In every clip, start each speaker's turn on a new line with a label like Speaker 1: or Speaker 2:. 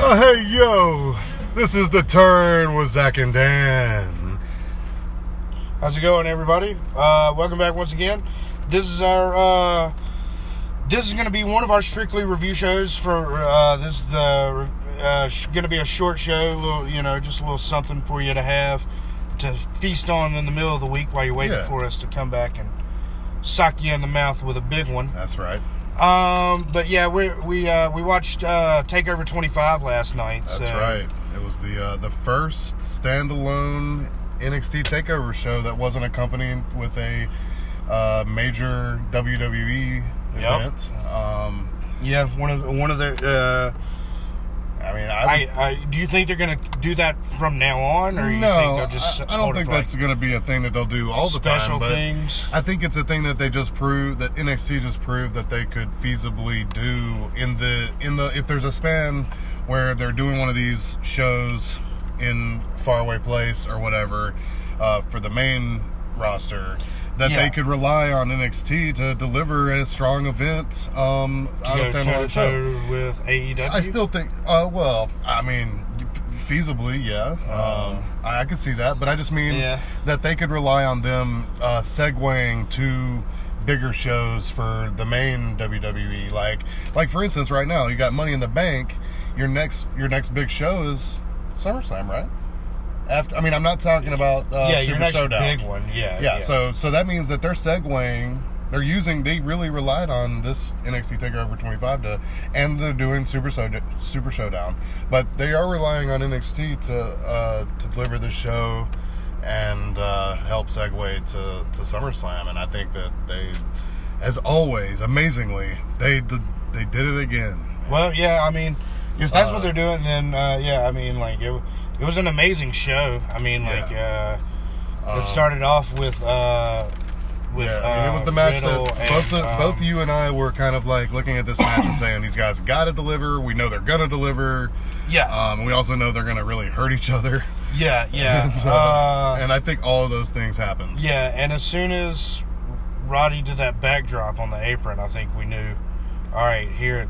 Speaker 1: Oh, hey, yo. This is The Turn with Zach and Dan. How's it going, everybody? Uh, welcome back once again. This is our, uh, this is going to be one of our strictly review shows for, uh, this is the, uh, going to be a short show, a little, you know, just a little something for you to have to feast on in the middle of the week while you're waiting
Speaker 2: Yeah.
Speaker 1: for us to come back and sock you in the mouth with a big one.
Speaker 2: That's right.
Speaker 1: Um, but yeah, we we uh, we watched uh, Takeover 25 last night.
Speaker 2: That's
Speaker 1: so.
Speaker 2: right. It was the uh, the first standalone NXT Takeover show that wasn't accompanied with a uh, major WWE
Speaker 1: Yep.
Speaker 2: event. Um,
Speaker 1: Yeah, one of one of the. Uh,
Speaker 2: I mean,
Speaker 1: I,
Speaker 2: I,
Speaker 1: I do you think they're gonna do that from now on, or you think
Speaker 2: no,
Speaker 1: they'll just?
Speaker 2: I, I don't
Speaker 1: hold it
Speaker 2: think
Speaker 1: for, like,
Speaker 2: that's going to be a thing that they'll do all the time.
Speaker 1: special
Speaker 2: But
Speaker 1: things.
Speaker 2: I think it's a thing that they just proved that NXT just proved that they could feasibly do in the in the if there's a span where they're doing one of these shows in faraway place or whatever uh, for the main roster that
Speaker 1: Yeah.
Speaker 2: they could rely on NXT to deliver a strong event um,
Speaker 1: To
Speaker 2: on a
Speaker 1: go toe
Speaker 2: standalone
Speaker 1: to
Speaker 2: show.
Speaker 1: toe with AEW.
Speaker 2: I still think, uh, well, I mean, feasibly, yeah.
Speaker 1: Uh.
Speaker 2: Um, I, I could see that, but I just mean
Speaker 1: Yeah.
Speaker 2: that they could rely on them uh, segueing to bigger shows for the main WWE. Like, like for instance, right now you got Money in the Bank. Your next, your next big show is SummerSlam, right? After, I mean, I'm not talking about uh,
Speaker 1: yeah,
Speaker 2: Super
Speaker 1: your next
Speaker 2: Showdown
Speaker 1: big one. Yeah,
Speaker 2: yeah, so so that means that they're segueing. They're using. They really relied on this NXT Takeover 25 to, and they're doing Super so- Super Showdown. But they are relying on NXT to uh, to deliver the show and uh, help segue to to SummerSlam. And I think that they, as always, amazingly, they did, they did it again.
Speaker 1: Well, yeah, I mean, if that's what
Speaker 2: Uh,
Speaker 1: they're doing, then uh, yeah, I mean, like it, it was an amazing show. I mean, like uh, it
Speaker 2: Um,
Speaker 1: started off with uh, with
Speaker 2: Yeah, I mean,
Speaker 1: uh,
Speaker 2: it was the match
Speaker 1: Riddle
Speaker 2: that
Speaker 1: and,
Speaker 2: both the,
Speaker 1: um,
Speaker 2: both you and I were kind of like looking at this match and saying these guys got to deliver. We know they're gonna deliver.
Speaker 1: Yeah,
Speaker 2: Um, we also know they're gonna really hurt each other.
Speaker 1: yeah, yeah,
Speaker 2: and, uh,
Speaker 1: uh,
Speaker 2: and I think all of those things happened.
Speaker 1: yeah. And as soon as Roddy did that backdrop on the apron, I think we knew. All right, here,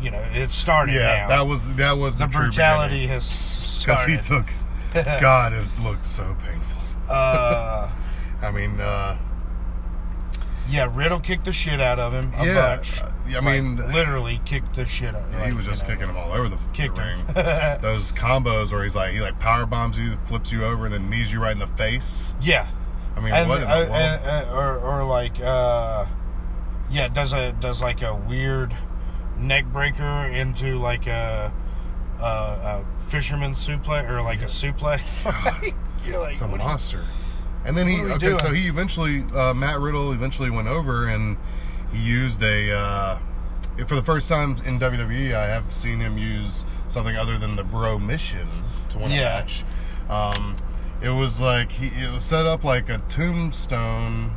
Speaker 1: you know, it started.
Speaker 2: Yeah,
Speaker 1: now.
Speaker 2: that was that was the,
Speaker 1: the brutality has
Speaker 2: because he
Speaker 1: started.
Speaker 2: took. God, it looked so painful.
Speaker 1: uh,
Speaker 2: I mean, uh,
Speaker 1: yeah, Riddle kicked the shit out of him a
Speaker 2: yeah,
Speaker 1: bunch.
Speaker 2: uh, I mean,
Speaker 1: Like, literally kicked the shit out.
Speaker 2: he was just kicking them all over the,
Speaker 1: Kicked
Speaker 2: the
Speaker 1: him.
Speaker 2: ring. those combos where he's like he like power bombs you, flips you over, and then knees you right in the face.
Speaker 1: yeah,
Speaker 2: I mean,
Speaker 1: and,
Speaker 2: what in
Speaker 1: uh,
Speaker 2: the world?
Speaker 1: and- uh, or or like uh, yeah, does a does like a weird neck breaker into like a a, a fisherman suplex or like a suplex. You're like,
Speaker 2: It's a
Speaker 1: what do you-
Speaker 2: monster. And then he
Speaker 1: What are we
Speaker 2: okay,
Speaker 1: doing?
Speaker 2: so he eventually uh, Matt Riddle eventually went over and he used a uh, for the first time in WWE I have seen him use something other than the Bro Mission to win
Speaker 1: Yeah.
Speaker 2: a match. Um, it was like he it was set up like a tombstone.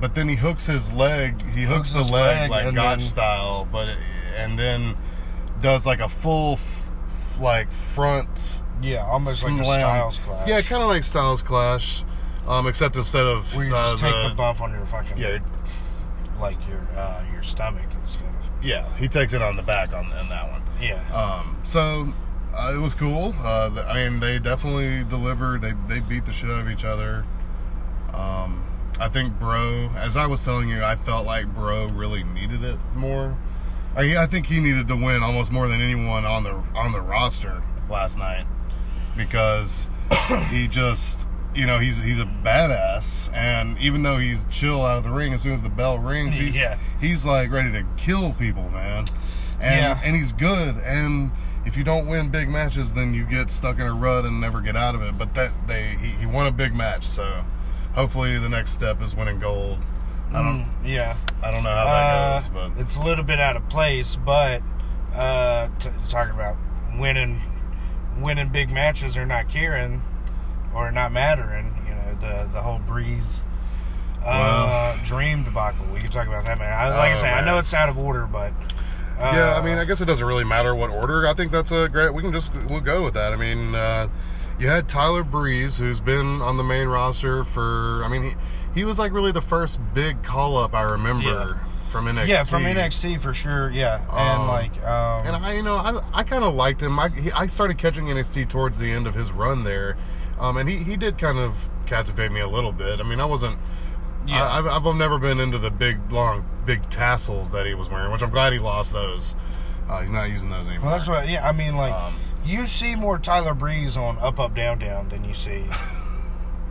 Speaker 2: But then he hooks his leg. He hooks,
Speaker 1: Hooks
Speaker 2: the
Speaker 1: his leg
Speaker 2: leg, like
Speaker 1: and
Speaker 2: Gotch
Speaker 1: then-
Speaker 2: style, but it, and then does like a full, f- f- like front
Speaker 1: yeah, almost like a
Speaker 2: slam.
Speaker 1: Styles clash.
Speaker 2: Yeah, kind of like Styles Clash, um, except instead of
Speaker 1: where you just
Speaker 2: uh,
Speaker 1: take the bump on your fucking
Speaker 2: Yeah.
Speaker 1: like your uh, your stomach instead of
Speaker 2: Yeah, he takes it on the back on, on that one.
Speaker 1: yeah.
Speaker 2: Um, so uh, it was cool. Uh, th- I mean, they definitely delivered. They they beat the shit out of each other. Um, I think Bro, as I was telling you, I felt like Bro really needed it more. I, I think he needed to win almost more than anyone on the on the roster last night because he just you know he's he's a badass and even though he's chill out of the ring as soon as the bell rings he's
Speaker 1: Yeah.
Speaker 2: he's like ready to kill people man and
Speaker 1: Yeah.
Speaker 2: and he's good and if you don't win big matches then you get stuck in a rut and never get out of it but that they he, he won a big match so hopefully the next step is winning gold I don't
Speaker 1: Mm, yeah.
Speaker 2: I don't know how that
Speaker 1: Uh,
Speaker 2: goes but
Speaker 1: It's a little bit out of place, but uh, t- talking about winning, winning big matches or not caring, or not mattering. You know the the whole breeze. Uh, dream debacle. We can talk about that, man. I, like I
Speaker 2: Oh,
Speaker 1: say, I
Speaker 2: man.
Speaker 1: know it's out of order, but uh,
Speaker 2: Yeah, I mean, I guess it doesn't really matter what order. I think that's a great. We can just we'll go with that. I mean, uh, you had Tyler Breeze, who's been on the main roster for. I mean, he he was like really the first big call up I remember from NXT.
Speaker 1: yeah, from NXT for sure. Yeah, and
Speaker 2: Um,
Speaker 1: like, um,
Speaker 2: And I I, you know, I, I kind of liked him. I, he, I started catching NXT towards the end of his run there, um, and he, he did kind of captivate me a little bit. I mean, I wasn't.
Speaker 1: Yeah.
Speaker 2: I, I've, I've never been into the big, long, big tassels that he was wearing, which I'm glad he lost those. Uh, he's not using those anymore.
Speaker 1: Well, that's what. Yeah, I mean, like
Speaker 2: Um,
Speaker 1: you see more Tyler Breeze on Up Up Down Down than you see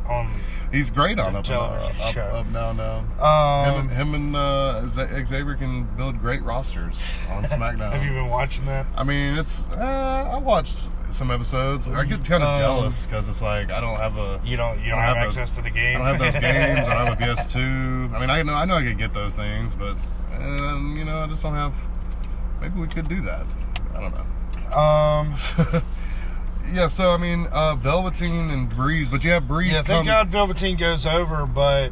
Speaker 1: on.
Speaker 2: He's great on
Speaker 1: The
Speaker 2: up, and, uh,
Speaker 1: television
Speaker 2: up,
Speaker 1: show.
Speaker 2: up now now.
Speaker 1: Um,
Speaker 2: him and, him and uh, Z- Xavier can build great rosters on SmackDown.
Speaker 1: have you been watching that?
Speaker 2: I mean, it's uh, I watched some episodes. I get kind of
Speaker 1: Um,
Speaker 2: jealous because it's like I don't have a
Speaker 1: You don't. You don't
Speaker 2: I
Speaker 1: have,
Speaker 2: have those-
Speaker 1: access to the game.
Speaker 2: I don't have those games. I don't have a PS2. I mean, I know I know I could get those things, but um, you know, I just don't have. Maybe we could do that. I don't know.
Speaker 1: um.
Speaker 2: Yeah, so I mean, uh, Velveteen and Breeze, but you have Breeze.
Speaker 1: Yeah.
Speaker 2: come-
Speaker 1: Thank God Velveteen goes over, but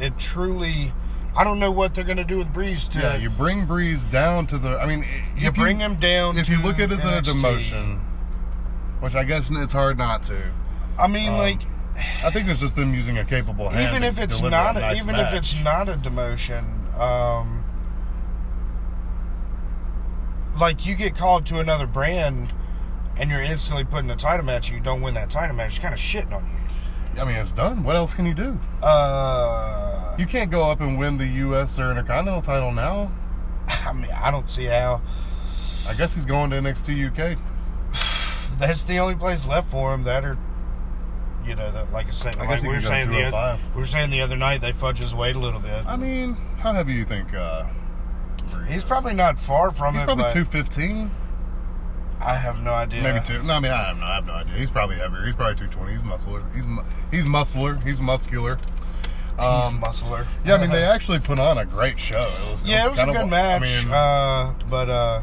Speaker 1: it truly. I don't know what they're gonna do with Breeze. To
Speaker 2: Yeah, you bring Breeze down to the. I mean, if
Speaker 1: you bring him down.
Speaker 2: If you
Speaker 1: to
Speaker 2: look at it as a
Speaker 1: NXT.
Speaker 2: demotion, which I guess it's hard not to.
Speaker 1: I mean,
Speaker 2: Um,
Speaker 1: like
Speaker 2: I think it's just them using a capable hand.
Speaker 1: even
Speaker 2: to
Speaker 1: if it's
Speaker 2: deliver
Speaker 1: not,
Speaker 2: a
Speaker 1: a,
Speaker 2: nice
Speaker 1: even
Speaker 2: match.
Speaker 1: if it's not a demotion, um, like you get called to another brand, and you're instantly put in a title match, and you don't win that title match, it's kind of shitting on you.
Speaker 2: I mean, it's done. What else can you do?
Speaker 1: Uh,
Speaker 2: You can't go up and win the U.S. or Intercontinental title now.
Speaker 1: I mean, I don't see how.
Speaker 2: I guess he's going to NXT UK.
Speaker 1: That's the only place left for him. That or. You know, that, like I said,
Speaker 2: I
Speaker 1: like
Speaker 2: guess he
Speaker 1: we were
Speaker 2: could go
Speaker 1: saying the other,
Speaker 2: 205.
Speaker 1: we were saying the other night, they fudge his weight a little bit.
Speaker 2: I mean, how heavy do you think? Uh, Breeze
Speaker 1: He's
Speaker 2: is?
Speaker 1: probably not far from
Speaker 2: he's
Speaker 1: it.
Speaker 2: probably
Speaker 1: but
Speaker 2: two fifteen,
Speaker 1: I have no idea.
Speaker 2: maybe two. No, I mean, I have no, I have no idea. He's probably heavier. He's probably two twenty. He's muscular. He's mu- he's muscular. He's muscular.
Speaker 1: He's
Speaker 2: Um,
Speaker 1: muscular.
Speaker 2: Yeah, I mean, they actually put on a great show. It was,
Speaker 1: Yeah, it was a
Speaker 2: kinda
Speaker 1: good
Speaker 2: wa-
Speaker 1: match.
Speaker 2: I mean,
Speaker 1: uh, but uh,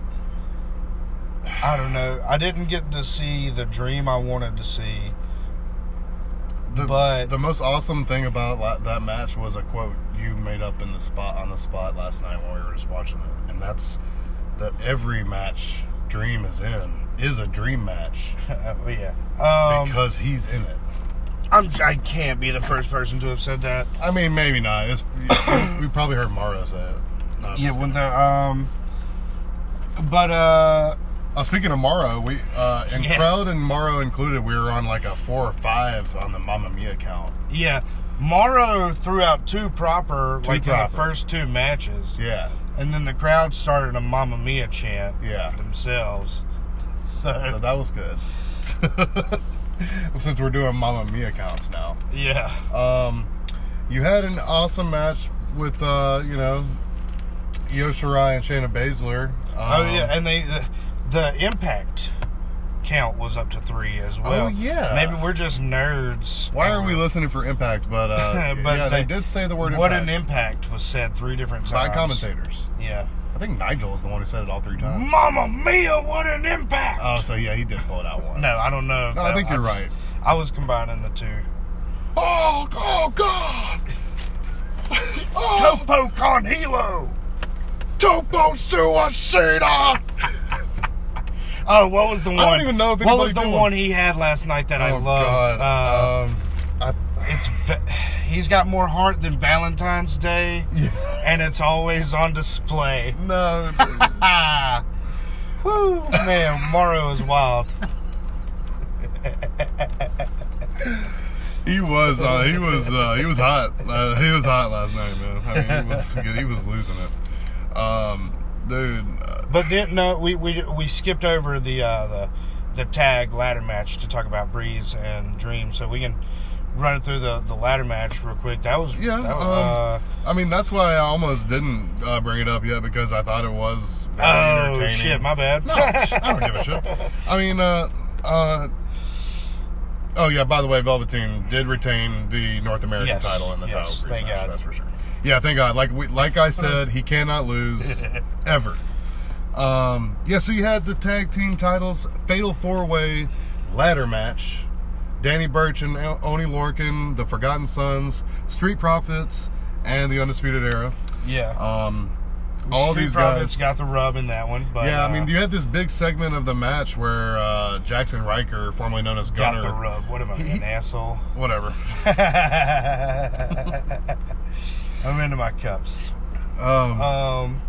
Speaker 1: I don't know. I didn't get to see the dream I wanted to see.
Speaker 2: the,
Speaker 1: but-
Speaker 2: the most awesome thing about la- that match was a quote you made up in the spot on the spot last night while we were just watching it, and that's that every match Dream is in is a dream match
Speaker 1: Uh, Well, yeah, um,
Speaker 2: because he's in it.
Speaker 1: I'm, I can't be the first person to have said that.
Speaker 2: I mean, maybe not. It's, we probably heard Mario say it. No, I'm
Speaker 1: yeah,
Speaker 2: just
Speaker 1: when the um, but uh,
Speaker 2: Uh, speaking of Morrow, we uh, and
Speaker 1: Yeah.
Speaker 2: crowd and Morrow included, we were on like a four or five on the Mamma Mia count.
Speaker 1: yeah, Morrow threw out two proper
Speaker 2: Two
Speaker 1: like in
Speaker 2: proper.
Speaker 1: the first two matches,
Speaker 2: Yeah,
Speaker 1: and then the crowd started a Mamma Mia chant
Speaker 2: Yeah.
Speaker 1: themselves.
Speaker 2: so
Speaker 1: So
Speaker 2: that was good. Since we're doing Mamma Mia counts now,
Speaker 1: yeah,
Speaker 2: um, you had an awesome match with uh, you know Io Shirai and Shayna Baszler. Um,
Speaker 1: oh yeah, and they the, the impact count was up to three as well.
Speaker 2: Oh, yeah.
Speaker 1: maybe we're just nerds.
Speaker 2: Why are we listening for Impact? But, uh,
Speaker 1: But
Speaker 2: yeah, they,
Speaker 1: they-
Speaker 2: did say the word
Speaker 1: What
Speaker 2: impact
Speaker 1: an impact was said three different
Speaker 2: by
Speaker 1: times.
Speaker 2: commentators.
Speaker 1: Yeah.
Speaker 2: I think Nigel is the one who said it all three times.
Speaker 1: Mama Mia, what an impact!
Speaker 2: Uh, Oh, so yeah, he did pull it out once.
Speaker 1: no, I don't know. if
Speaker 2: No, I
Speaker 1: that-
Speaker 2: think you're
Speaker 1: was-
Speaker 2: right.
Speaker 1: I was combining the two.
Speaker 2: Oh, oh God! Oh,
Speaker 1: Topo con hilo.
Speaker 2: Topo Suicida!
Speaker 1: Oh, what was the one?
Speaker 2: don't even know if
Speaker 1: What was
Speaker 2: anybody
Speaker 1: the
Speaker 2: knew him.
Speaker 1: one he had last night that I
Speaker 2: oh
Speaker 1: loved? Uh,
Speaker 2: God! um, I,
Speaker 1: it's va- he's got more heart than Valentine's Day,
Speaker 2: yeah,
Speaker 1: and it's always on display.
Speaker 2: no,
Speaker 1: Ah, woo, man, Mario is wild.
Speaker 2: he was, uh, he was, uh, he was hot. Uh, he was hot last night, man. I mean, he was, he was losing it. Um, dude, uh,
Speaker 1: But then no, we we, we skipped over the uh, the the tag ladder match to talk about Breeze and Dream, so we can run through the the ladder match real quick. That was
Speaker 2: Yeah,
Speaker 1: That uh, was,
Speaker 2: um, I mean, that's why I almost didn't uh, bring it up yet because I thought it was.
Speaker 1: uh,
Speaker 2: Very
Speaker 1: oh
Speaker 2: entertaining.
Speaker 1: shit, my bad.
Speaker 2: No, I don't give a shit. I mean, uh, uh, oh yeah. By the way, Velveteen did retain the North American
Speaker 1: Yes,
Speaker 2: title in the
Speaker 1: yes,
Speaker 2: title.
Speaker 1: thank
Speaker 2: match,
Speaker 1: God.
Speaker 2: That's for sure. Yeah, thank God. Like we, like I said, he cannot lose ever. Um, yeah. So you had the tag team titles, fatal four way ladder match. Danny Burch and El- Oni Lorcan, the Forgotten Sons, Street Profits, and the Undisputed Era.
Speaker 1: yeah,
Speaker 2: Um, all
Speaker 1: Street
Speaker 2: these
Speaker 1: Profits
Speaker 2: guys
Speaker 1: got the rub in that one, but
Speaker 2: yeah, I
Speaker 1: uh,
Speaker 2: mean, you had this big segment of the match where uh, Jackson Riker, formerly known as
Speaker 1: got the
Speaker 2: Gunner,
Speaker 1: rub. What am I, an asshole?
Speaker 2: whatever,
Speaker 1: I'm into my cups.
Speaker 2: um,
Speaker 1: Um,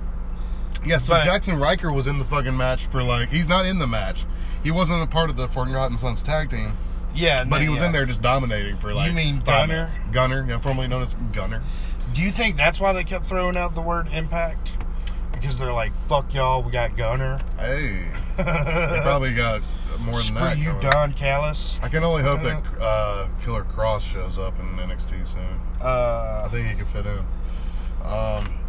Speaker 2: Yeah, so
Speaker 1: But-
Speaker 2: Jackson Riker was in the fucking match for like he's not in the match. He wasn't a part of the Forgotten Sons tag team,
Speaker 1: Yeah,
Speaker 2: but
Speaker 1: no,
Speaker 2: he was
Speaker 1: yeah.
Speaker 2: in there just dominating for like.
Speaker 1: mean
Speaker 2: five
Speaker 1: Gunner?
Speaker 2: minutes. Gunner, yeah, formerly known as Gunner.
Speaker 1: Do you think that's why they kept throwing out the word impact? Because they're like, "Fuck y'all, we got Gunner."
Speaker 2: Hey, they probably got more than
Speaker 1: Screw
Speaker 2: that.
Speaker 1: you,
Speaker 2: going.
Speaker 1: Don Callis.
Speaker 2: I can only hope that uh, Killer Cross shows up in NXT soon. I
Speaker 1: Uh,
Speaker 2: think he could fit in. Um,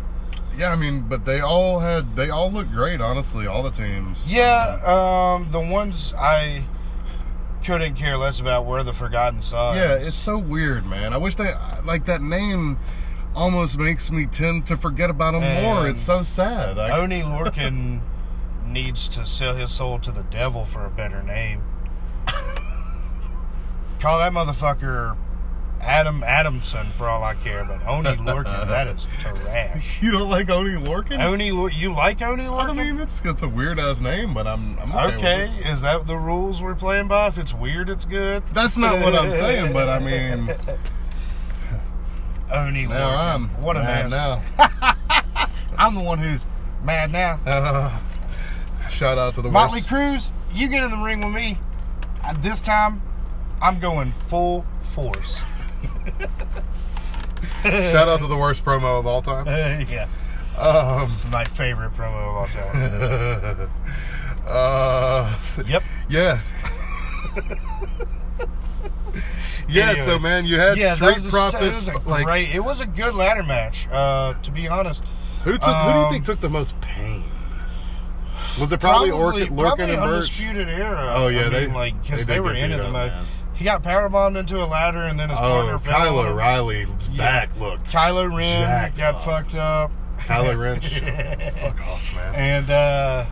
Speaker 2: yeah, I mean, but they all had they all looked great. Honestly, all the teams.
Speaker 1: yeah, um, the ones I couldn't care less about were the Forgotten Sons.
Speaker 2: Yeah, it's so weird, man. I wish they like that name almost makes me tend to forget about them more.
Speaker 1: And-
Speaker 2: It's so sad. I,
Speaker 1: Oni Lorcan needs to sell his soul to the devil for a better name. Call that motherfucker Adam Adamson for all I care, but Oni Lorcan, that is trash.
Speaker 2: you don't like Oni Lorcan?
Speaker 1: Oni, Lor- you like Oni
Speaker 2: I
Speaker 1: Lorcan?
Speaker 2: mean, it's it's a weird ass name, but I'm I'm okay. with
Speaker 1: Okay,
Speaker 2: it.
Speaker 1: is that the rules we're playing by? If it's weird, it's good.
Speaker 2: That's not what I'm saying, but I mean,
Speaker 1: Oni
Speaker 2: now
Speaker 1: Lorcan.
Speaker 2: I'm
Speaker 1: what a
Speaker 2: mad
Speaker 1: mess. I'm the one who's mad now.
Speaker 2: now. Shout out to the
Speaker 1: Motley
Speaker 2: worst.
Speaker 1: Cruz, you get in the ring with me. I, this time, I'm going full force.
Speaker 2: Shout out to the worst promo of all time.
Speaker 1: yeah,
Speaker 2: Um,
Speaker 1: my favorite promo of all time.
Speaker 2: uh,
Speaker 1: yep.
Speaker 2: yeah. yeah, so
Speaker 1: Anyways.
Speaker 2: man, you had
Speaker 1: yeah, that
Speaker 2: Street
Speaker 1: was a- it
Speaker 2: Profits.
Speaker 1: was a
Speaker 2: like,
Speaker 1: great. It was a good ladder match. Uh, to be honest,
Speaker 2: who took? who do you
Speaker 1: um,
Speaker 2: think took the most pain? Was it probably, Orchid, Lorcan
Speaker 1: probably
Speaker 2: and Birch?
Speaker 1: undisputed era.
Speaker 2: Oh, yeah,
Speaker 1: I mean,
Speaker 2: they-
Speaker 1: like
Speaker 2: they
Speaker 1: because
Speaker 2: did
Speaker 1: they, were
Speaker 2: get
Speaker 1: in
Speaker 2: beat
Speaker 1: it the
Speaker 2: up,
Speaker 1: most.
Speaker 2: man.
Speaker 1: He got powerbombed into a ladder, and then his partner
Speaker 2: Oh,
Speaker 1: fell on
Speaker 2: Kyle
Speaker 1: him.
Speaker 2: O'Reilly's back looked.
Speaker 1: Kylo Ren
Speaker 2: Jacked
Speaker 1: got
Speaker 2: up.
Speaker 1: fucked up.
Speaker 2: Kylo Ren, shut the fuck off, man.
Speaker 1: And uh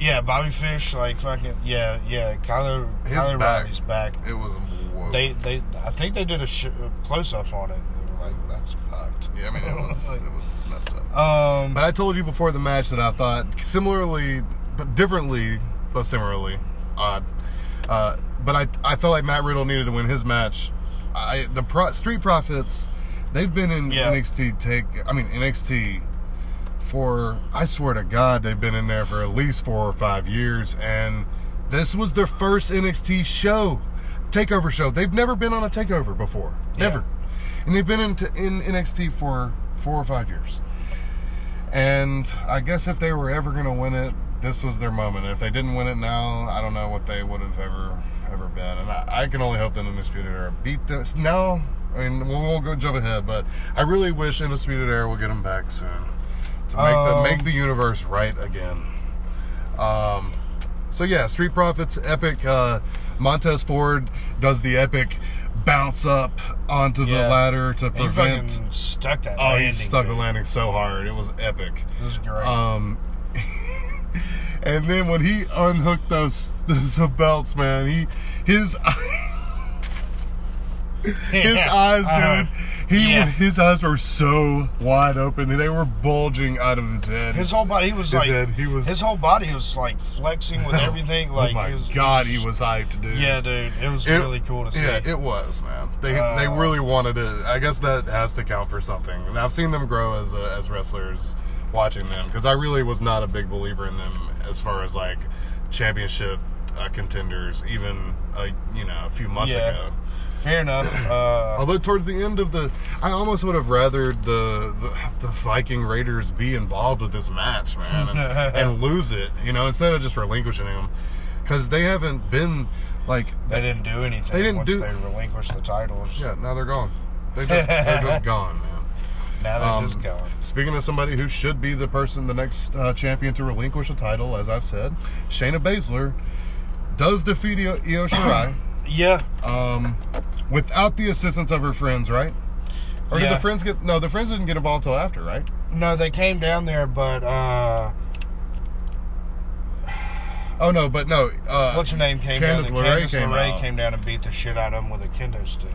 Speaker 1: yeah, Bobby Fish, like fucking yeah, yeah. Kylo
Speaker 2: His
Speaker 1: Kylo
Speaker 2: back.
Speaker 1: Riley's back.
Speaker 2: It was. Whoa.
Speaker 1: They they I think they did a, sh- a close up on it. And they were like, that's fucked.
Speaker 2: yeah, I mean, it was.
Speaker 1: Like-
Speaker 2: it was messed up.
Speaker 1: Um,
Speaker 2: But I told you before the match that I thought similarly, but differently, but similarly odd. Uh, but I, I felt like Matt Riddle needed to win his match. I the Pro, Street Profits, they've been in
Speaker 1: Yeah.
Speaker 2: NXT take. I mean NXT for I swear to God they've been in there for at least four or five years, and this was their first NXT show, takeover show. They've never been on a takeover before, never, and they've been in, in NXT for four or five years. And I guess if they were ever going to win it, this was their moment. If they didn't win it now, I don't know what they would have ever ever been. And I, I can only hope that Undisputed Era beat this. Now, I mean, we won't go jump ahead, but I really wish Undisputed Era will get them back soon to make the
Speaker 1: Um,
Speaker 2: make the universe right again. Um, so yeah, Street Profits, epic. Uh, Montez Ford does the epic bounce up onto
Speaker 1: Yeah.
Speaker 2: the ladder to
Speaker 1: he
Speaker 2: prevent.
Speaker 1: fucking stuck that.
Speaker 2: Oh, he
Speaker 1: landing,
Speaker 2: stuck the
Speaker 1: dude.
Speaker 2: landing so hard. It was epic.
Speaker 1: It was great.
Speaker 2: Um, and then when he unhooked those the, the belts, man, he his his
Speaker 1: Yeah.
Speaker 2: eyes,
Speaker 1: Uh,
Speaker 2: dude, he
Speaker 1: yeah.
Speaker 2: his eyes were so wide open, and they were bulging out of his head.
Speaker 1: His whole body, he was
Speaker 2: his
Speaker 1: like,
Speaker 2: head, he was.
Speaker 1: his whole body was like flexing with everything. Like,
Speaker 2: oh my
Speaker 1: it was,
Speaker 2: god, he was hyped, dude.
Speaker 1: Yeah, dude, it was
Speaker 2: It-
Speaker 1: really cool to see.
Speaker 2: Yeah, it was, man. They
Speaker 1: Uh,
Speaker 2: they really wanted it. I guess that has to count for something. And I've seen them grow as uh, as wrestlers watching them because I really was not a big believer in them as far as like championship uh, contenders, even uh, you know a few months
Speaker 1: Yeah.
Speaker 2: ago. Oh,
Speaker 1: Fair enough. Uh,
Speaker 2: Although towards the end of the, I almost would have rathered the the, the Viking Raiders be involved with this match, man, and, and lose it, you know, instead of just relinquishing them, because they haven't been like
Speaker 1: they didn't do anything.
Speaker 2: They didn't
Speaker 1: once
Speaker 2: do-
Speaker 1: They relinquished the titles.
Speaker 2: Yeah, now they're gone. They just they're just gone, man.
Speaker 1: Now they're
Speaker 2: Um,
Speaker 1: just going.
Speaker 2: Speaking of somebody who should be the person, the next uh, champion to relinquish a title, as I've said, Shayna Baszler does defeat Io, Io Shirai
Speaker 1: Yeah,
Speaker 2: um, without the assistance of her friends, right? Or did
Speaker 1: Yeah.
Speaker 2: the friends get? No, the friends didn't get involved till after, right?
Speaker 1: No, they came down there, but uh,
Speaker 2: Oh no, but no. Uh,
Speaker 1: what's her name came
Speaker 2: Candice
Speaker 1: down?
Speaker 2: LeRae
Speaker 1: Candice
Speaker 2: came
Speaker 1: LeRae
Speaker 2: out.
Speaker 1: came down and beat the shit out of him with a kendo stick.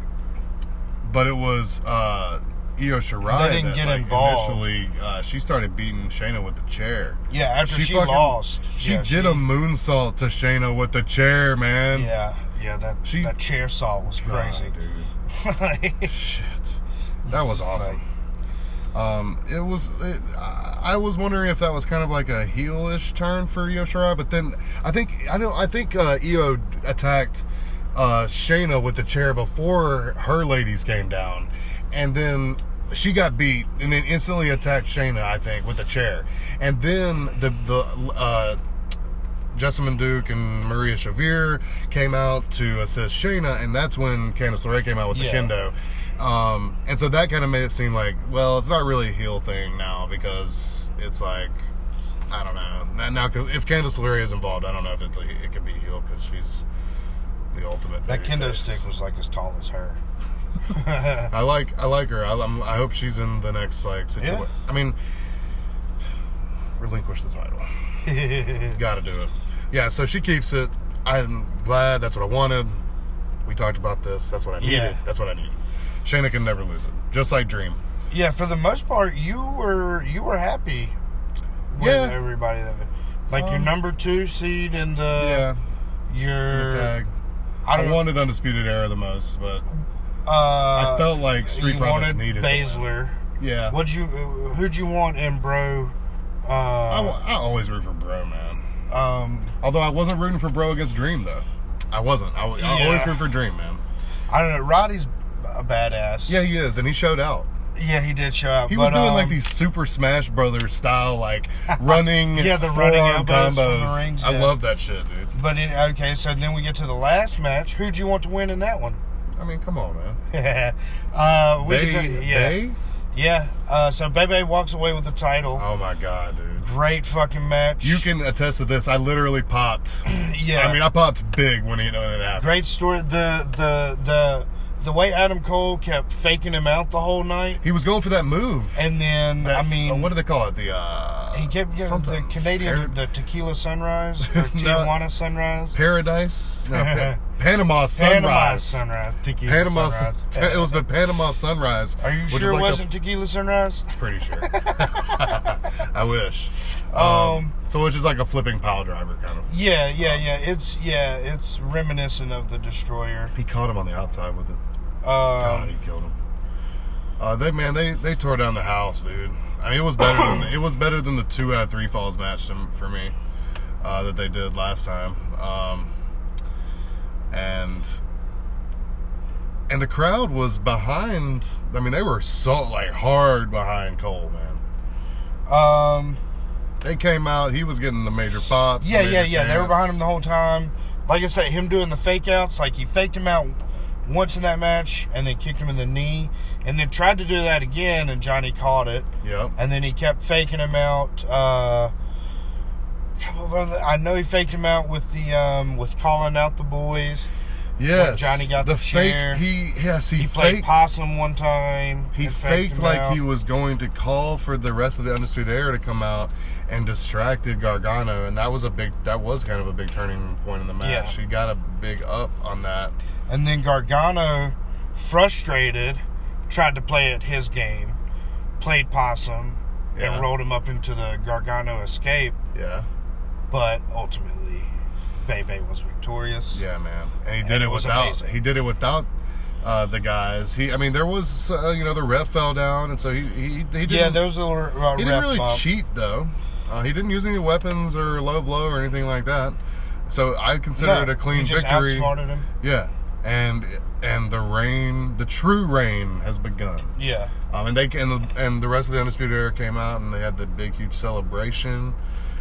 Speaker 2: But it was uh, Io Shirai
Speaker 1: They didn't
Speaker 2: that,
Speaker 1: get
Speaker 2: like,
Speaker 1: involved.
Speaker 2: Initially, uh, she started beating Shayna with the chair.
Speaker 1: Yeah, after she,
Speaker 2: fucking-
Speaker 1: lost,
Speaker 2: She
Speaker 1: yeah,
Speaker 2: did a moonsault to Shayna with the chair, man.
Speaker 1: Yeah, yeah, that
Speaker 2: She-
Speaker 1: that chair saw was
Speaker 2: God,
Speaker 1: crazy.
Speaker 2: dude. Shit. That was awesome. Um, it was. It, I I was wondering if that was kind of like a heelish turn for Io Shirai, but then I think I know I think uh, Io attacked uh, Shayna with the chair before her ladies came down, and then she got beat, and then instantly attacked Shayna. I think with the chair, and then the the. Uh, Jessamine Duke and Maria Shavir came out to assist Shayna, and that's when Candice LeRae came out with the
Speaker 1: Yeah.
Speaker 2: kendo. Um, and so that kind of made it seem like, well, it's not really a heel thing now because it's like, I don't know. Now- Now, because if Candice LeRae is involved, I don't know if it's a, it could be heel because she's the ultimate.
Speaker 1: That
Speaker 2: babyface.
Speaker 1: kendo stick was like as tall as her.
Speaker 2: I like I like her. I, I'm, I hope she's in the next like situation.
Speaker 1: Yeah.
Speaker 2: I mean, relinquish the title. Got to do it. Yeah. So she keeps it. I'm glad. That's what I wanted. We talked about this. That's what I needed.
Speaker 1: Yeah.
Speaker 2: That's what I needed. Shayna can never lose it. Just like Dream.
Speaker 1: yeah, for the most part, you were you were happy with
Speaker 2: Yeah.
Speaker 1: everybody that like your
Speaker 2: Um,
Speaker 1: number two seed and
Speaker 2: yeah.
Speaker 1: the your
Speaker 2: Tag.
Speaker 1: Uh, I
Speaker 2: I
Speaker 1: don't want
Speaker 2: wanted Undisputed Era the most, but
Speaker 1: uh,
Speaker 2: I felt like Street
Speaker 1: you
Speaker 2: Profits
Speaker 1: wanted
Speaker 2: needed the win.
Speaker 1: Baszler.
Speaker 2: Yeah.
Speaker 1: What'd you who'd you want in bro? Uh,
Speaker 2: I, wa- I always root for Bro, man.
Speaker 1: um,
Speaker 2: Although I wasn't rooting for Bro against Dream, though. I wasn't. I, wa- I
Speaker 1: Yeah.
Speaker 2: always root for Dream, man.
Speaker 1: I don't know. Roddy's a badass.
Speaker 2: Yeah, he is, and he showed out.
Speaker 1: yeah, he did show up.
Speaker 2: He was
Speaker 1: but,
Speaker 2: doing like
Speaker 1: um,
Speaker 2: these Super Smash Brothers style, like running,
Speaker 1: Yeah, the running
Speaker 2: forearm
Speaker 1: elbows from the rings,
Speaker 2: I
Speaker 1: yeah.
Speaker 2: love that shit, dude.
Speaker 1: But it, okay, so then we get to the last match. Who'd you want to win in that one?
Speaker 2: I mean, come on, man.
Speaker 1: uh, we
Speaker 2: they,
Speaker 1: can talk- yeah,
Speaker 2: they?
Speaker 1: yeah. Uh, so Bebe walks away with the title.
Speaker 2: Oh my god, dude.
Speaker 1: Great fucking match.
Speaker 2: You can attest to this. I literally popped.
Speaker 1: yeah.
Speaker 2: I mean, I popped big when he when it happened.
Speaker 1: great story. The the the the way Adam Cole kept faking him out the whole night,
Speaker 2: He was going for that move.
Speaker 1: and then
Speaker 2: That-
Speaker 1: I mean,
Speaker 2: what do they call it? The uh,
Speaker 1: he kept getting
Speaker 2: something.
Speaker 1: the Canadian
Speaker 2: Par-
Speaker 1: the tequila sunrise or Tijuana sunrise,
Speaker 2: paradise, no, Pa- Panama
Speaker 1: Panama
Speaker 2: sunrise.
Speaker 1: sunrise, tequila
Speaker 2: Panama
Speaker 1: sunrise.
Speaker 2: sun- it was the Panama sunrise.
Speaker 1: Are you
Speaker 2: which
Speaker 1: sure
Speaker 2: is
Speaker 1: it
Speaker 2: like a-
Speaker 1: wasn't tequila sunrise?
Speaker 2: Pretty sure. I wish.
Speaker 1: Um,
Speaker 2: So which is like a flipping pile driver kind of.
Speaker 1: Yeah, yeah, yeah. It's yeah, it's reminiscent of the destroyer.
Speaker 2: He caught him on the outside with it. God,
Speaker 1: Um,
Speaker 2: he killed him. Uh, they man, they they tore down the house, dude. I mean, it was better than it was better than the two out of three falls match to- for me uh, that they did last time. Um, and and the crowd was behind. I mean, they were so like hard behind Cole, man.
Speaker 1: um,
Speaker 2: They came out. He was getting the major pops. the
Speaker 1: yeah, yeah,
Speaker 2: major
Speaker 1: yeah. They were
Speaker 2: chants.
Speaker 1: behind him the whole time. Like I said, him doing the fake outs, like he faked him out once in that match, and then kicked him in the knee, and then tried to do that again, and Johnny caught it,
Speaker 2: Yep.
Speaker 1: and then he kept faking him out. Uh, couple of other- I know he faked him out with the um, with calling out the boys.
Speaker 2: Yes,
Speaker 1: Johnny got the chair.
Speaker 2: fake. He yes, he,
Speaker 1: He played
Speaker 2: faked.
Speaker 1: possum one time.
Speaker 2: he
Speaker 1: and
Speaker 2: faked
Speaker 1: him
Speaker 2: like
Speaker 1: out.
Speaker 2: he was going to call for the rest of the Undisputed Era to come out and distracted Gargano, and that was a big. That was kind of a big turning point in the match.
Speaker 1: Yeah.
Speaker 2: He got a big up on that.
Speaker 1: And then Gargano, frustrated, tried to play it his game, played possum,
Speaker 2: Yeah.
Speaker 1: and rolled him up into the Gargano escape.
Speaker 2: Yeah,
Speaker 1: But ultimately, Bebe was victorious.
Speaker 2: yeah, man. And he
Speaker 1: And
Speaker 2: did
Speaker 1: it
Speaker 2: it
Speaker 1: was
Speaker 2: without.
Speaker 1: amazing.
Speaker 2: He did it without. Uh, the guys, he, I mean, there was, uh, you know, the ref fell down, and so he, he, he didn't,
Speaker 1: Yeah, those are uh,
Speaker 2: he
Speaker 1: ref
Speaker 2: didn't really
Speaker 1: bump.
Speaker 2: cheat though. Uh, he didn't use any weapons or low blow or anything like that. So I consider
Speaker 1: No,
Speaker 2: it a clean
Speaker 1: he just
Speaker 2: victory.
Speaker 1: outsmarted him.
Speaker 2: Yeah, and and the rain, the true rain, has begun.
Speaker 1: Yeah.
Speaker 2: Um, and they and the, and the rest of the undisputed era came out, and they had the big, huge celebration,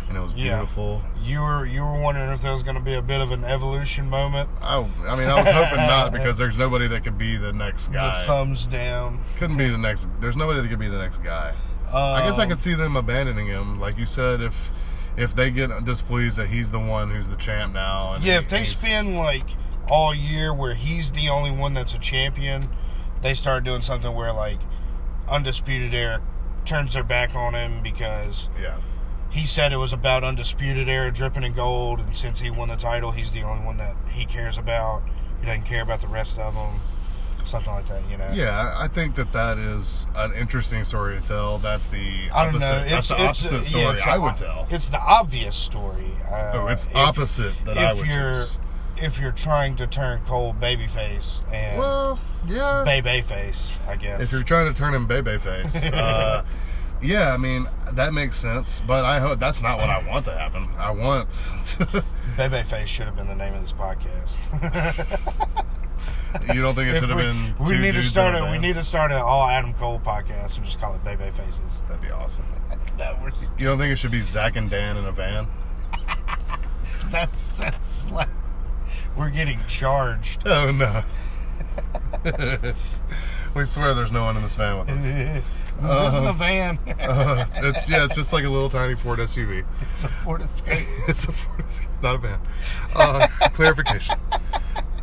Speaker 2: and it was
Speaker 1: Yeah.
Speaker 2: beautiful.
Speaker 1: You were you were wondering if there was going to be a bit of an evolution moment.
Speaker 2: I, I mean, I was hoping not because there's nobody that could be the next
Speaker 1: The
Speaker 2: guy.
Speaker 1: thumbs down.
Speaker 2: Couldn't be the next. There's nobody that could be the next guy.
Speaker 1: Um,
Speaker 2: I guess I could see them abandoning him, like you said, if if they get displeased that he's the one who's the champ now. And
Speaker 1: Yeah,
Speaker 2: he-
Speaker 1: if they
Speaker 2: he's-
Speaker 1: spend like all year where he's the only one that's a champion, they start doing something where like Undisputed Era turns their back on him because
Speaker 2: yeah,
Speaker 1: he said it was about Undisputed Era dripping in gold, and since he won the title, he's the only one that he cares about. He doesn't care about the rest of them, something like that, you know.
Speaker 2: Yeah, I I think that that is an interesting story to tell. That's the
Speaker 1: I don't
Speaker 2: opposite.
Speaker 1: know. It's,
Speaker 2: that's the
Speaker 1: it's,
Speaker 2: opposite
Speaker 1: yeah,
Speaker 2: story
Speaker 1: it's the-
Speaker 2: I would tell.
Speaker 1: It's the obvious story. Uh,
Speaker 2: oh, it's
Speaker 1: if-
Speaker 2: opposite that I
Speaker 1: if
Speaker 2: would
Speaker 1: you're
Speaker 2: choose.
Speaker 1: if you're trying to turn Cole babyface and
Speaker 2: Well, yeah.
Speaker 1: baby face, I guess.
Speaker 2: If you're trying to turn him Bebe face, uh, yeah, I mean that makes sense. But I hope that's not what I want to happen. I want. To,
Speaker 1: baby face should have been the name of this podcast.
Speaker 2: you don't think it
Speaker 1: If
Speaker 2: should have
Speaker 1: we-
Speaker 2: been?
Speaker 1: We
Speaker 2: two
Speaker 1: need to
Speaker 2: dudes
Speaker 1: start
Speaker 2: in
Speaker 1: a we
Speaker 2: band?
Speaker 1: need to start an all Adam Cole podcast and just call it baby faces.
Speaker 2: That'd be awesome.
Speaker 1: That was-
Speaker 2: You don't think it should be Zach and Dan in a van?
Speaker 1: that sounds like we're getting charged.
Speaker 2: Oh no. we swear there's no one in this van with us.
Speaker 1: this isn't a
Speaker 2: Uh-huh.
Speaker 1: van.
Speaker 2: Uh, it's yeah, it's just like a little tiny Ford SUV.
Speaker 1: it's a Ford Escape.
Speaker 2: It's a Ford Escape, not a van. Uh, clarification.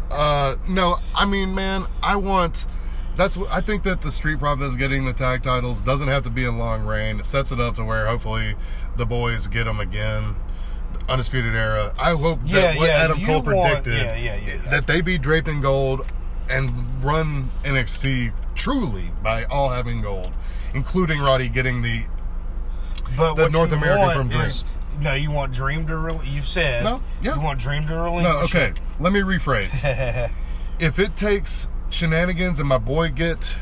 Speaker 2: Uh, no, I mean, man, I want. That's what I think that the Street Profits getting the tag titles doesn't have to be in long reign. It sets it up to where hopefully the boys get them again. Undisputed era. I hope that
Speaker 1: Yeah,
Speaker 2: what
Speaker 1: yeah,
Speaker 2: Adam
Speaker 1: you
Speaker 2: Cole
Speaker 1: want-
Speaker 2: predicted
Speaker 1: yeah, yeah, yeah.
Speaker 2: that they be draped in gold and run NXT truly by all having gold, including Roddy getting the
Speaker 1: But
Speaker 2: The
Speaker 1: what
Speaker 2: North
Speaker 1: you
Speaker 2: American
Speaker 1: want
Speaker 2: from Dream.
Speaker 1: is- No, you want Dream to really. You've said
Speaker 2: No, yeah.
Speaker 1: You want Dream to relinquish.
Speaker 2: No, uh, okay.
Speaker 1: it?
Speaker 2: Let me rephrase. if it takes shenanigans and my boy get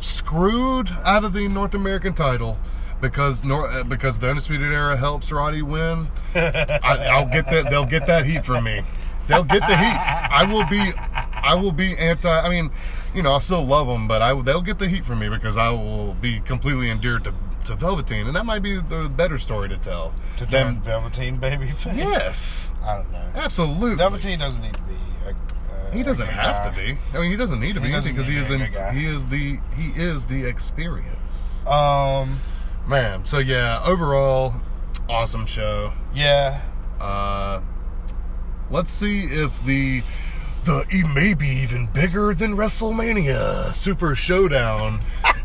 Speaker 2: screwed out of the North American title because nor- uh, because the Undisputed Era helps Roddy win, I, I'll get that. They'll get that heat from me. They'll get the heat. I will be. I will be anti. I mean, you know, I still love them, but I will- they'll get the heat from me because I will be completely endeared to to Velveteen, and that might be the better story to tell.
Speaker 1: To turn
Speaker 2: than-
Speaker 1: Velveteen baby face.
Speaker 2: yes,
Speaker 1: I don't know.
Speaker 2: absolutely.
Speaker 1: Velveteen doesn't need to be. A, a,
Speaker 2: He doesn't
Speaker 1: a
Speaker 2: have
Speaker 1: guy.
Speaker 2: to be. I mean, he doesn't need to
Speaker 1: He
Speaker 2: be
Speaker 1: doesn't
Speaker 2: because
Speaker 1: need
Speaker 2: he
Speaker 1: to
Speaker 2: is
Speaker 1: be a
Speaker 2: in,
Speaker 1: good guy.
Speaker 2: he is the he is the experience,
Speaker 1: Um.
Speaker 2: man. So yeah, overall, awesome show.
Speaker 1: Yeah.
Speaker 2: Uh, let's see if the the e- maybe even bigger than WrestleMania Super Showdown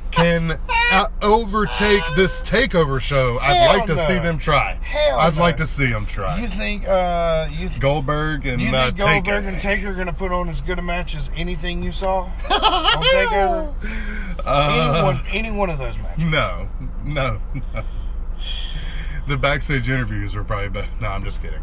Speaker 2: can out- overtake this Takeover show. I'd
Speaker 1: Hell
Speaker 2: like to
Speaker 1: no.
Speaker 2: see them try.
Speaker 1: Hell
Speaker 2: I'd
Speaker 1: no.
Speaker 2: like to see them try.
Speaker 1: You think? Uh. You. Th-
Speaker 2: Goldberg and
Speaker 1: you think
Speaker 2: uh,
Speaker 1: Goldberg
Speaker 2: Taker.
Speaker 1: and Taker are gonna put on as good a match as anything you saw on Takeover?
Speaker 2: Uh-huh. Uh,
Speaker 1: any, one, any one of those matches.
Speaker 2: No, no, no. The backstage interviews were probably better. No, I'm just kidding.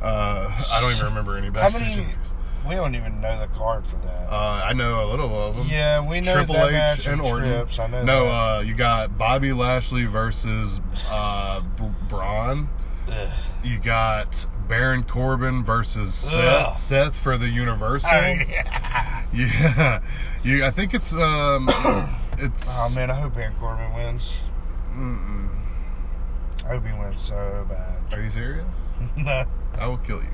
Speaker 2: Uh, I don't even remember any
Speaker 1: How
Speaker 2: backstage
Speaker 1: many?
Speaker 2: interviews.
Speaker 1: We don't even know the card for that.
Speaker 2: Uh, I know a little of them.
Speaker 1: Yeah, we know
Speaker 2: Triple
Speaker 1: that
Speaker 2: H
Speaker 1: match
Speaker 2: and
Speaker 1: and
Speaker 2: Orton.
Speaker 1: Trips, I know
Speaker 2: no,
Speaker 1: that.
Speaker 2: Uh, you got Bobby Lashley versus uh, Br- Braun.
Speaker 1: Ugh.
Speaker 2: You got Baron Corbin versus
Speaker 1: Ugh.
Speaker 2: Seth. Seth for the Universal.
Speaker 1: I-
Speaker 2: yeah, you. I think it's um, it's.
Speaker 1: oh man, I hope Baron Corbin wins. I hope he wins so bad.
Speaker 2: Are you serious?
Speaker 1: No.
Speaker 2: I will kill you.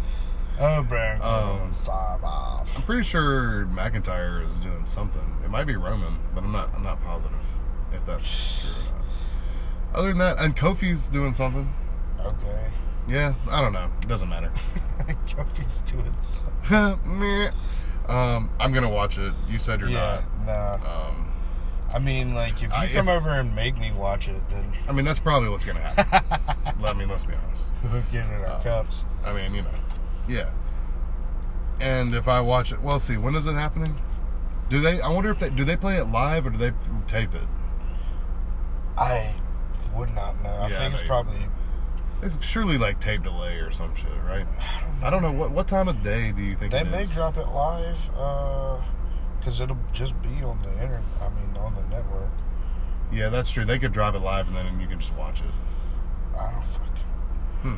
Speaker 1: oh, Baron Corbin,
Speaker 2: Um,
Speaker 1: fireball.
Speaker 2: I'm pretty sure McIntyre is doing something. It might be Roman, but I'm not. I'm not positive if that's true or not. Other than that, and Kofi's doing something.
Speaker 1: Okay.
Speaker 2: Yeah, I don't know. It doesn't matter.
Speaker 1: Kofi's doing so.
Speaker 2: Meh. um, I'm gonna watch it. You said you're
Speaker 1: yeah,
Speaker 2: not.
Speaker 1: nah.
Speaker 2: Um,
Speaker 1: I mean, like, if you
Speaker 2: I-
Speaker 1: come
Speaker 2: if-
Speaker 1: over and make me watch it, then
Speaker 2: I mean, that's probably what's gonna happen. I mean, let's be honest.
Speaker 1: we'll get it in our
Speaker 2: Uh,
Speaker 1: cups.
Speaker 2: I mean, you know, yeah. And if I watch it, well, see, when is it happening? Do they? I wonder if they do they play it live or do they tape it?
Speaker 1: I would not know.
Speaker 2: Yeah,
Speaker 1: I
Speaker 2: I
Speaker 1: think
Speaker 2: know
Speaker 1: it's
Speaker 2: you-
Speaker 1: probably.
Speaker 2: It's surely like tape delay or some shit, right? I don't know what what time of day do you think
Speaker 1: They
Speaker 2: it
Speaker 1: may
Speaker 2: is?
Speaker 1: drop it live, because it'll just be on the internet. I mean, on the network.
Speaker 2: Yeah, that's true. They could drop it live and then you can just watch it.
Speaker 1: I don't fucking.
Speaker 2: Hmm.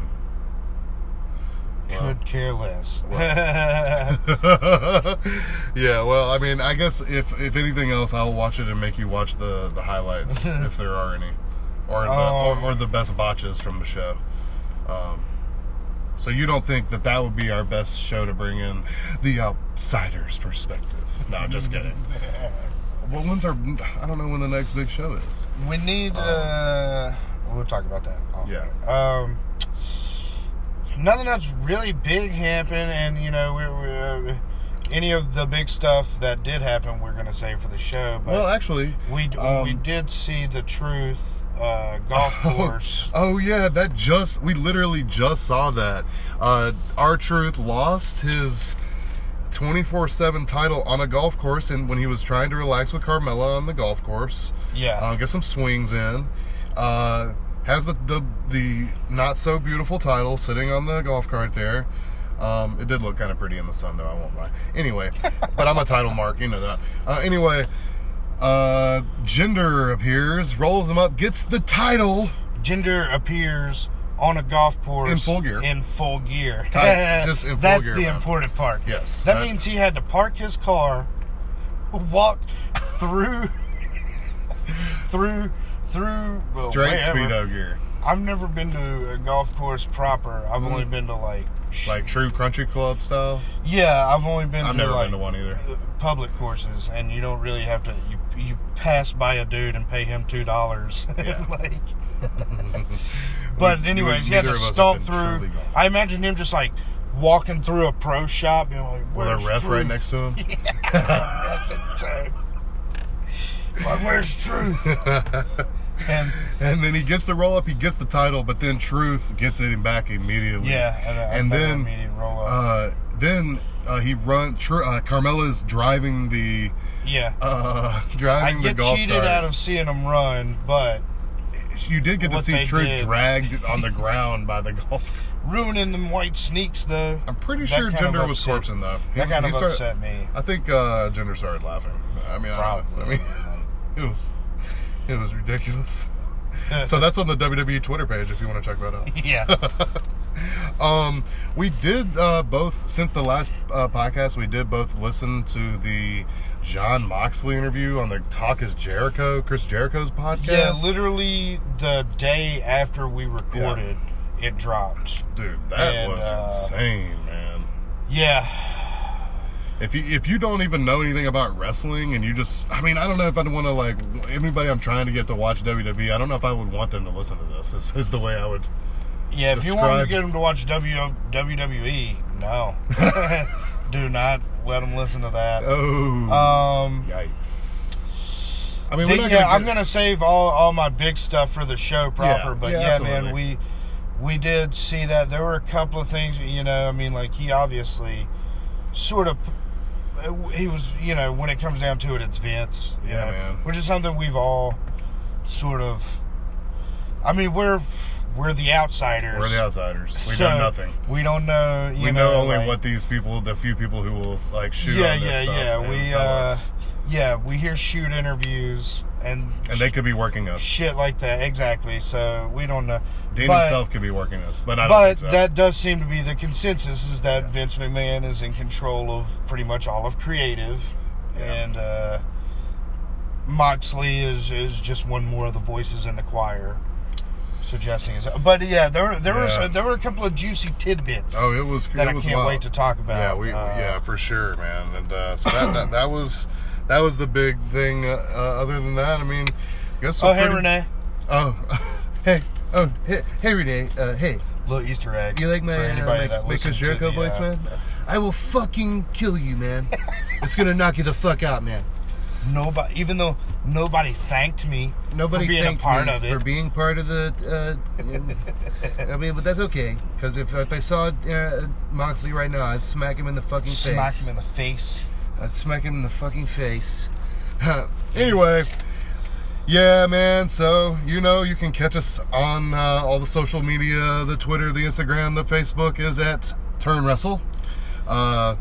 Speaker 2: Well.
Speaker 1: Could care less.
Speaker 2: yeah, well, I mean, I guess if if anything else, I'll watch it and make you watch the the highlights if there are any, or the
Speaker 1: Um.
Speaker 2: or, or the best botches from the show. Um, so you don't think that that would be our best show to bring in the outsider's perspective? No, I'm just kidding. Well, when's our? I don't know when the next big show is.
Speaker 1: we need. Uh, we'll talk about that. off
Speaker 2: Yeah.
Speaker 1: air. Um, nothing that's really big happened, and you know, we, we, uh, any of the big stuff that did happen, we're gonna save for the show. But
Speaker 2: Well, actually,
Speaker 1: we d we
Speaker 2: um,
Speaker 1: did see the truth uh, golf course.
Speaker 2: Oh yeah, that just we literally just saw that. Uh R Truth lost his 24/7 title on a golf course and when he was trying to relax with Carmella on the golf course,
Speaker 1: Yeah.
Speaker 2: uh, get some swings in. Uh has the, the the not so beautiful title sitting on the golf cart there. Um, it did look kind of pretty in the sun, though. I won't lie. Anyway, but I'm a title mark, you know that. Uh, anyway, uh, gender appears, rolls him up, gets the title.
Speaker 1: Gender appears on a golf course
Speaker 2: In full gear.
Speaker 1: In full gear.
Speaker 2: Tight, just in full
Speaker 1: That's
Speaker 2: gear,
Speaker 1: the
Speaker 2: man.
Speaker 1: important part.
Speaker 2: Yes,
Speaker 1: That,
Speaker 2: that-
Speaker 1: means he had to park his car, walk through, through, through well,
Speaker 2: Straight
Speaker 1: wherever.
Speaker 2: speedo gear,
Speaker 1: I've never been to a golf course proper. I've only been to like, sh-
Speaker 2: Mm-hmm. like true country club style.
Speaker 1: yeah, I've only been.
Speaker 2: I've
Speaker 1: to
Speaker 2: never
Speaker 1: like,
Speaker 2: been to one either.
Speaker 1: public courses and you don't really have to you you pass by a dude and pay him two dollars
Speaker 2: Yeah.
Speaker 1: like but
Speaker 2: We-
Speaker 1: anyways he
Speaker 2: neither
Speaker 1: had to
Speaker 2: of us have
Speaker 1: stomp
Speaker 2: been
Speaker 1: through
Speaker 2: truly golfers.
Speaker 1: i imagine him just like walking through a pro shop you know like
Speaker 2: With a
Speaker 1: where's
Speaker 2: ref right
Speaker 1: truth?"
Speaker 2: next to him.
Speaker 1: like where's truth and
Speaker 2: And then he gets the roll up, he gets the title, but then Truth gets it back immediately.
Speaker 1: yeah and, I- I
Speaker 2: and
Speaker 1: made an
Speaker 2: then
Speaker 1: immediate roll up.
Speaker 2: uh, then uh, he run. Tr- uh, Carmela's driving the
Speaker 1: yeah
Speaker 2: uh,
Speaker 1: i
Speaker 2: driving the
Speaker 1: get
Speaker 2: golf
Speaker 1: cheated
Speaker 2: cart.
Speaker 1: out of seeing him run but
Speaker 2: you did get to
Speaker 1: what
Speaker 2: see
Speaker 1: they
Speaker 2: Truth
Speaker 1: did.
Speaker 2: dragged on the ground by the golf. cart.
Speaker 1: ruining them white sneaks though
Speaker 2: I'm pretty
Speaker 1: That
Speaker 2: sure
Speaker 1: kind of
Speaker 2: Gender was
Speaker 1: upset-
Speaker 2: corpsing though. He
Speaker 1: that
Speaker 2: was-
Speaker 1: kind
Speaker 2: he
Speaker 1: of
Speaker 2: started-
Speaker 1: upset me
Speaker 2: I think uh, Gender started laughing. I mean, I, I mean, it was it was ridiculous. so that's on the WWE Twitter page if you want to check that out.
Speaker 1: yeah
Speaker 2: Um, we did uh, both since the last uh, podcast. We did both listen to the John Moxley interview on the Talk Is Jericho, Chris Jericho's
Speaker 1: Yeah,
Speaker 2: podcast.
Speaker 1: literally the day after we recorded, it dropped.
Speaker 2: dude, that
Speaker 1: And,
Speaker 2: was
Speaker 1: uh,
Speaker 2: insane, man.
Speaker 1: Yeah,
Speaker 2: If you if you don't even know anything about wrestling and you just, I mean, I don't know if I'd want to like anybody I'm trying to get to watch WWE. I don't know if I would want them to listen to this. Is, is the way I would.
Speaker 1: yeah. If you want to
Speaker 2: Describe-
Speaker 1: get them to watch w- WWE, no, do not let them listen to that.
Speaker 2: Oh,
Speaker 1: Um,
Speaker 2: yikes! I mean,
Speaker 1: Did-
Speaker 2: we're not
Speaker 1: yeah,
Speaker 2: gonna
Speaker 1: I'm
Speaker 2: get-
Speaker 1: gonna save all, all my big stuff for the show proper.
Speaker 2: Yeah,
Speaker 1: but
Speaker 2: yeah,
Speaker 1: yeah, man,
Speaker 2: absolutely.
Speaker 1: we we did see that there were a couple of things. You know, I mean, like he obviously sort of he was. You know, when it comes down to it, it's Vince. you
Speaker 2: Yeah,
Speaker 1: know,
Speaker 2: man.
Speaker 1: Which is something we've all sort of. I mean, we're we're the outsiders.
Speaker 2: We're the outsiders. We
Speaker 1: so
Speaker 2: know nothing.
Speaker 1: We don't know. You
Speaker 2: we know, only
Speaker 1: like-
Speaker 2: what these people, the few people who will like shoot.
Speaker 1: Yeah,
Speaker 2: on this
Speaker 1: yeah,
Speaker 2: stuff
Speaker 1: yeah.
Speaker 2: and
Speaker 1: We
Speaker 2: tell
Speaker 1: uh,
Speaker 2: us.
Speaker 1: yeah, we hear shoot interviews and
Speaker 2: and they could be working us.
Speaker 1: shit like that. Exactly. So we don't know.
Speaker 2: Dean
Speaker 1: but,
Speaker 2: himself could be working us, but I don't
Speaker 1: But
Speaker 2: think so.
Speaker 1: that does seem to be the consensus is that
Speaker 2: Yeah.
Speaker 1: Vince McMahon is in control of pretty much all of creative,
Speaker 2: Yeah.
Speaker 1: and uh, Moxley is is just one more of the voices in the choir. Suggesting his, but yeah, there there
Speaker 2: Yeah.
Speaker 1: were there were a couple of juicy tidbits.
Speaker 2: oh, it was.
Speaker 1: that
Speaker 2: it
Speaker 1: I
Speaker 2: was
Speaker 1: can't
Speaker 2: wild.
Speaker 1: wait to talk about.
Speaker 2: Yeah, we.
Speaker 1: Uh,
Speaker 2: yeah, for sure, man. And uh, so that, that that was that was the big thing. Uh, uh, other than that, I mean, guess.
Speaker 1: Oh
Speaker 2: we're
Speaker 1: hey
Speaker 2: pretty-
Speaker 1: Renee,
Speaker 2: Oh, hey. Oh, hey, hey Renee. Uh, hey,
Speaker 1: little Easter egg.
Speaker 2: you like my
Speaker 1: for
Speaker 2: uh,
Speaker 1: anybody
Speaker 2: my,
Speaker 1: that
Speaker 2: my
Speaker 1: listened
Speaker 2: Chris
Speaker 1: to
Speaker 2: Jericho
Speaker 1: the,
Speaker 2: voice,
Speaker 1: uh,
Speaker 2: man? I will fucking kill you, man. it's gonna knock you the fuck out, man.
Speaker 1: Nobody, even though nobody thanked me
Speaker 3: Nobody
Speaker 1: for being a
Speaker 3: thanked
Speaker 1: part
Speaker 3: me
Speaker 1: of it.
Speaker 3: for being part of the. Uh, I mean, but that's okay because if if I saw uh, Moxley right now, I'd smack him in the fucking
Speaker 1: smack
Speaker 3: face.
Speaker 1: him in the face.
Speaker 3: I'd smack him in the fucking face.
Speaker 2: anyway, yeah, man. So you know, you can catch us on uh, all the social media: the Twitter, the Instagram, the Facebook is at Turn Wrestle. Uh,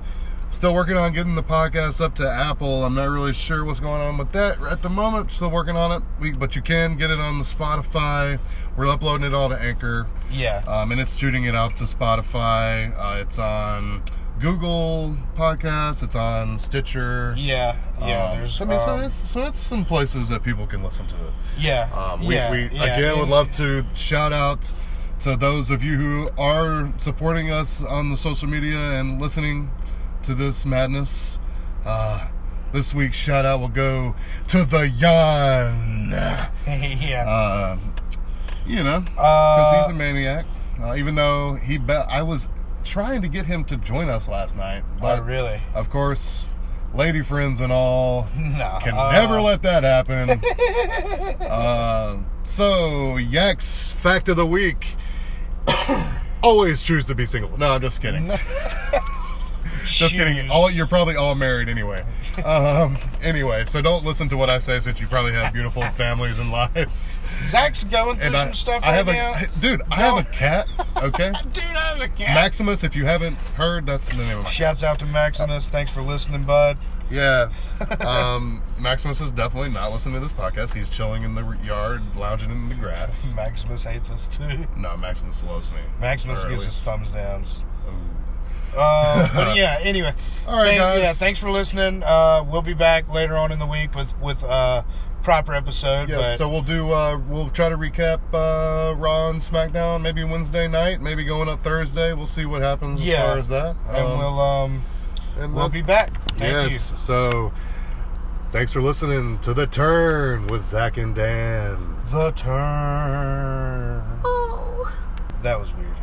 Speaker 2: still working on getting the podcast up to Apple. I'm not really sure what's going on with that at the moment. Still working on it. We, but you can get it on the Spotify. We're uploading it all to Anchor.
Speaker 1: Yeah.
Speaker 3: Uh,
Speaker 2: Um, and it's shooting it out to Spotify. Uh, it's on Google Podcasts. It's on Stitcher.
Speaker 1: yeah. Yeah.
Speaker 2: Um,
Speaker 1: there's,
Speaker 2: so, I mean, so,
Speaker 1: um,
Speaker 2: that's, so that's some places that people can listen to it.
Speaker 1: yeah.
Speaker 2: Um, we,
Speaker 1: yeah,
Speaker 2: we
Speaker 1: yeah,
Speaker 2: again would
Speaker 1: and-
Speaker 2: love to shout out to those of you who are supporting us on the social media and listening to this madness. Uh, this week's shout out will go to the Jan.
Speaker 1: yeah.
Speaker 2: Uh, you know, because
Speaker 1: Uh,
Speaker 2: he's a maniac. Uh, even though he, be- I was trying to get him to join us last night, but
Speaker 1: oh, really?
Speaker 2: of course, lady friends and all
Speaker 1: No.
Speaker 2: can
Speaker 1: uh,
Speaker 2: never let that happen. Um so, Yaks fact of the week: always choose to be single. No, I'm just kidding. Just kidding. All you're probably all married anyway. Um, anyway, so don't listen to what I say since you probably have beautiful families and lives.
Speaker 1: Zach's going through
Speaker 2: And
Speaker 1: some
Speaker 2: I,
Speaker 1: stuff
Speaker 2: I
Speaker 1: right
Speaker 2: have
Speaker 1: now.
Speaker 2: a dude. I have a cat. Okay,
Speaker 1: Dude, I have a cat.
Speaker 2: Maximus. If you haven't heard, that's the name of my cat.
Speaker 1: Shouts out to Maximus. Thanks for listening, bud.
Speaker 2: Yeah. Um, Maximus is definitely not listening to this podcast. He's chilling in the yard, lounging in the grass.
Speaker 1: Maximus hates us too.
Speaker 2: No, Mm. Maximus loves me.
Speaker 1: Maximus
Speaker 2: Or at
Speaker 1: gives us
Speaker 2: least-
Speaker 1: thumbs downs.
Speaker 2: Ooh.
Speaker 1: Uh, but yeah, anyway.
Speaker 2: All right,
Speaker 1: Thank-
Speaker 2: guys.
Speaker 1: Yeah, thanks for listening. Uh, we'll be back later on in the week with with uh, proper episode.
Speaker 2: Yeah,
Speaker 1: but
Speaker 2: so we'll do. Uh, we'll try to recap uh, Raw and SmackDown maybe Wednesday night, maybe going up Thursday. We'll see what happens
Speaker 1: Yeah.
Speaker 2: as far as that.
Speaker 1: and
Speaker 2: Um,
Speaker 1: we'll um
Speaker 2: and
Speaker 1: we'll
Speaker 2: then-
Speaker 1: be back. Thank
Speaker 2: yes. So, thanks for listening to the Turn with Zach and Dan.
Speaker 1: you. The turn.
Speaker 4: Oh.
Speaker 1: That was weird.